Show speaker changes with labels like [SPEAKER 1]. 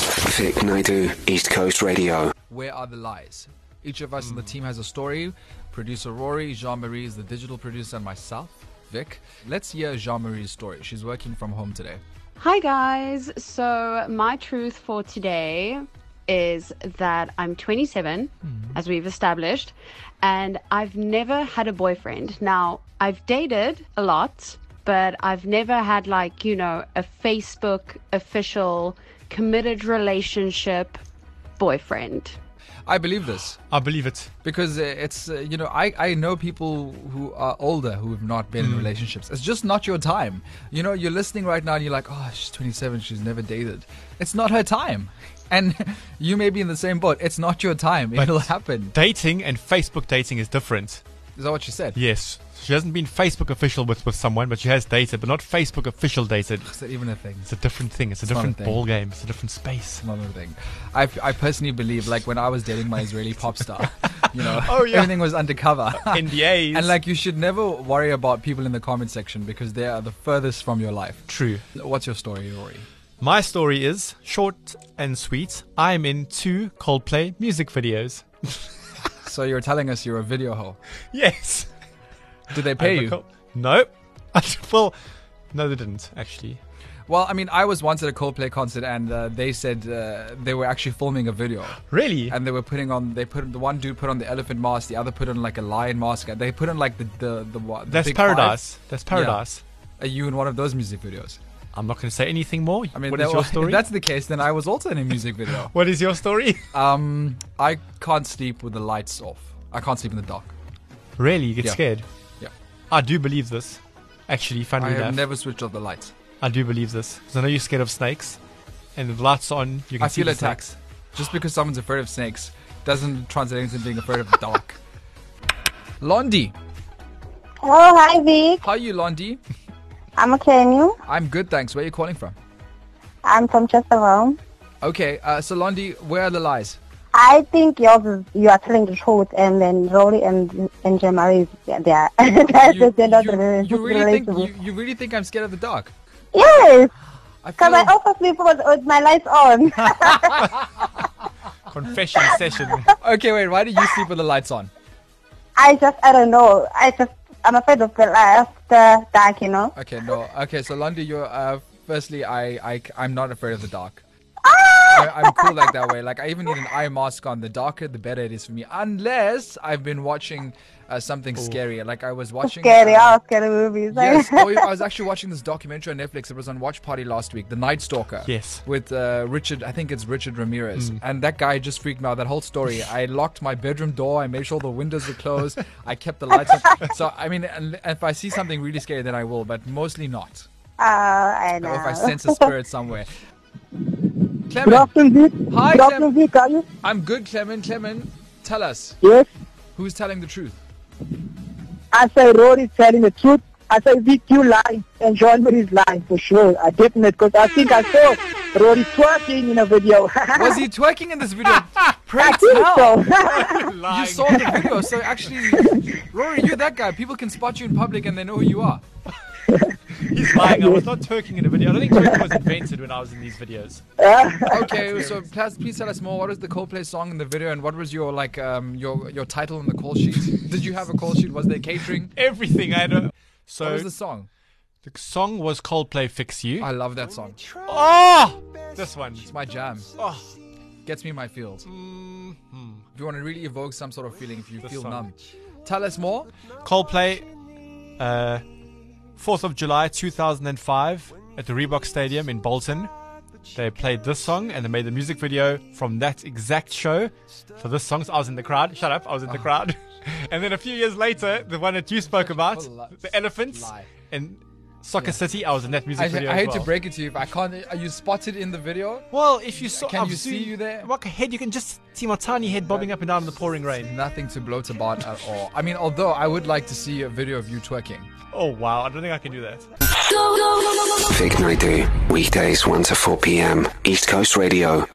[SPEAKER 1] Pacific, Naidu, East Coast Radio.
[SPEAKER 2] Where are the lies? Each of us in the team has a story. Producer Rory, Jean Marie is the digital producer, and myself, Vic. Let's hear Jean Marie's story. She's working from home today.
[SPEAKER 3] Hi, guys. So, my truth for today is that I'm 27, as we've established, and I've never had a boyfriend. Now, I've dated a lot, but I've never had, like, you know, a Facebook official committed relationship boyfriend.
[SPEAKER 2] I believe this
[SPEAKER 4] I believe it.
[SPEAKER 2] because uh, it's, uh, you know, I, I know people who are older who have not been in relationships. It's just not your time. You know, you're listening right now and you're like, oh, she's 27, she's never dated. It's not her time. And you may be in the same boat. It's not your time.
[SPEAKER 4] But-
[SPEAKER 2] It'll happen.
[SPEAKER 4] Dating and Facebook dating is different.
[SPEAKER 2] Is that what she said?
[SPEAKER 4] Yes. She hasn't been Facebook official with, with someone, but she has dated, but not Facebook official dated.
[SPEAKER 2] Is that even a thing?
[SPEAKER 4] It's a different thing. It's a
[SPEAKER 2] It's not a
[SPEAKER 4] different
[SPEAKER 2] thing.
[SPEAKER 4] ball game. It's a different space.
[SPEAKER 2] Another thing. I, I personally believe, like, when I was dating my Israeli pop star, you know,
[SPEAKER 4] Oh, yeah.
[SPEAKER 2] everything was undercover.
[SPEAKER 4] NDAs.
[SPEAKER 2] and, like, you should never worry about people in the comment section because they are the furthest from your life.
[SPEAKER 4] True.
[SPEAKER 2] What's your story, Rory?
[SPEAKER 4] My story is short and sweet. I'm in two Coldplay music videos.
[SPEAKER 2] So you're telling us you're a video hoe.
[SPEAKER 4] Yes.
[SPEAKER 2] Did they
[SPEAKER 4] I'm
[SPEAKER 2] pay
[SPEAKER 4] a
[SPEAKER 2] you?
[SPEAKER 4] Col- no. well, no, they didn't, actually.
[SPEAKER 2] Well, I mean, I was once at a Coldplay concert and uh, they said uh, they were actually filming a video.
[SPEAKER 4] Really?
[SPEAKER 2] And they were putting on, they put the one dude put on the elephant mask, the other put on like a lion mask. and They put on like the the the, the
[SPEAKER 4] That's
[SPEAKER 2] big five.
[SPEAKER 4] paradise. That's paradise.
[SPEAKER 2] Are you in one of those music videos?
[SPEAKER 4] I'm not going to say anything more.
[SPEAKER 2] I mean,
[SPEAKER 4] what
[SPEAKER 2] that
[SPEAKER 4] is your
[SPEAKER 2] wa-
[SPEAKER 4] story?
[SPEAKER 2] if that's the case, then I was also in a music video.
[SPEAKER 4] what is your story?
[SPEAKER 2] um, I can't sleep with the lights off. I can't sleep in the dark.
[SPEAKER 4] really? You get
[SPEAKER 2] Yeah.
[SPEAKER 4] scared?
[SPEAKER 2] Yeah.
[SPEAKER 4] I do believe this. Actually,
[SPEAKER 2] I
[SPEAKER 4] funnily
[SPEAKER 2] have
[SPEAKER 4] enough,
[SPEAKER 2] never switched off the lights.
[SPEAKER 4] I do believe this. 'Cause I know you're scared of snakes, and the lights are on, you can
[SPEAKER 2] I
[SPEAKER 4] see
[SPEAKER 2] feel
[SPEAKER 4] the
[SPEAKER 2] attacked.
[SPEAKER 4] snakes.
[SPEAKER 2] Just because someone's afraid of snakes doesn't translate into being afraid of the dark. Londi,
[SPEAKER 5] Oh, hi Vic.
[SPEAKER 2] how are you, Londi?
[SPEAKER 5] I'm okay, and you?
[SPEAKER 2] I'm good, thanks. Where are you calling from?
[SPEAKER 5] I'm from Chesterville.
[SPEAKER 2] Okay, uh, so Londi, where are the lies?
[SPEAKER 5] I think yours is, you are telling the truth, and then Rory and and Jamari is yeah, they are they're,
[SPEAKER 2] You,
[SPEAKER 5] they're not
[SPEAKER 2] you,
[SPEAKER 5] rela-
[SPEAKER 2] you really think
[SPEAKER 5] relatable.
[SPEAKER 2] you, you really think I'm scared of the dark?
[SPEAKER 5] Yes,
[SPEAKER 2] I feel,
[SPEAKER 5] because I also sleep with, with my lights on.
[SPEAKER 4] Confession session.
[SPEAKER 2] okay, wait. Why do you sleep with the lights on?
[SPEAKER 5] I just I don't know. I just I'm afraid of the light, the dark, you know.
[SPEAKER 2] Okay, no. Okay, so Londi, you're uh, firstly, I, I, I'm not afraid of the dark. I, I'm cool like that way. Like I even need an eye mask on. The darker, the better it is for me. Unless I've been watching uh, something scary. Like I was watching.
[SPEAKER 5] Scary,
[SPEAKER 2] uh,
[SPEAKER 5] oh, scary movies.
[SPEAKER 2] Yes, oh, I was actually watching this documentary on Netflix. It was on Watch Party last week, The Night Stalker.
[SPEAKER 4] Yes.
[SPEAKER 2] With uh, Richard, I think it's Richard Ramirez. And that guy just freaked me out. That whole story. I locked my bedroom door. I made sure the windows were closed. I kept the lights on. So, I mean, and if I see something really scary, then I will, but mostly not.
[SPEAKER 5] Oh, I know.
[SPEAKER 2] Or if I sense a spirit somewhere.
[SPEAKER 6] Good
[SPEAKER 2] Clement,
[SPEAKER 6] afternoon, Vic.
[SPEAKER 2] Hi,
[SPEAKER 6] Good
[SPEAKER 2] Sam.
[SPEAKER 6] afternoon, Vic. Are you?
[SPEAKER 2] I'm good, Clement. Clement, tell us
[SPEAKER 6] Yes.
[SPEAKER 2] who's telling the truth.
[SPEAKER 6] I say Rory is telling the truth. I say Vic, you lying, and John Marie is lying for sure. I definitely, because I think I saw Rory twerking in a video.
[SPEAKER 2] Was he twerking in this video? Pray
[SPEAKER 6] I think
[SPEAKER 2] tell.
[SPEAKER 6] so.
[SPEAKER 2] You saw the video, so actually, Rory, you're that guy. People can spot you in public and they know who you are.
[SPEAKER 4] He's lying. I was not twerking in a video. I don't think twerking was invented when I was in these videos.
[SPEAKER 2] Okay, so please, please tell us more. What was the Coldplay song in the video, and what was your like um your your title on the call sheet? Did you have a call sheet? Was there catering?
[SPEAKER 4] Everything I know.
[SPEAKER 2] What
[SPEAKER 4] So
[SPEAKER 2] was the song?
[SPEAKER 4] the song was Coldplay "Fix You."
[SPEAKER 2] I love that song.
[SPEAKER 4] oh, this one.
[SPEAKER 2] It's my jam.
[SPEAKER 4] Oh.
[SPEAKER 2] Gets me in my feels.
[SPEAKER 4] Mhm.
[SPEAKER 2] If you want to really evoke some sort of feeling, if you
[SPEAKER 4] The
[SPEAKER 2] feel
[SPEAKER 4] song.
[SPEAKER 2] numb, tell us more.
[SPEAKER 4] Coldplay, uh, 4th of July 2005 at the Reebok Stadium in Bolton. They played this song and they made the music video from that exact show for this song. So I was in the crowd. Shut up, I was in
[SPEAKER 2] Oh.
[SPEAKER 4] the crowd. and then a few years later, the one that you spoke about,
[SPEAKER 2] Lie.
[SPEAKER 4] the elephants
[SPEAKER 2] Lie.
[SPEAKER 4] in Soccer City, I was in that music
[SPEAKER 2] I,
[SPEAKER 4] video.
[SPEAKER 2] I
[SPEAKER 4] as
[SPEAKER 2] hate to
[SPEAKER 4] well.
[SPEAKER 2] break it to you, if I can't. Are you spotted in the video?
[SPEAKER 4] Well, if you saw,
[SPEAKER 2] Can
[SPEAKER 4] I've
[SPEAKER 2] you see
[SPEAKER 4] seen-
[SPEAKER 2] you there?
[SPEAKER 4] What head? You can just see my tiny head bobbing up and down in the pouring rain.
[SPEAKER 2] Nothing to bloat about at all. I mean, although I would like to see a video of you twerking.
[SPEAKER 4] Oh wow! I don't think I can do that.
[SPEAKER 1] Pacific, Naidu, weekdays 1 to 4 p.m. East Coast Radio.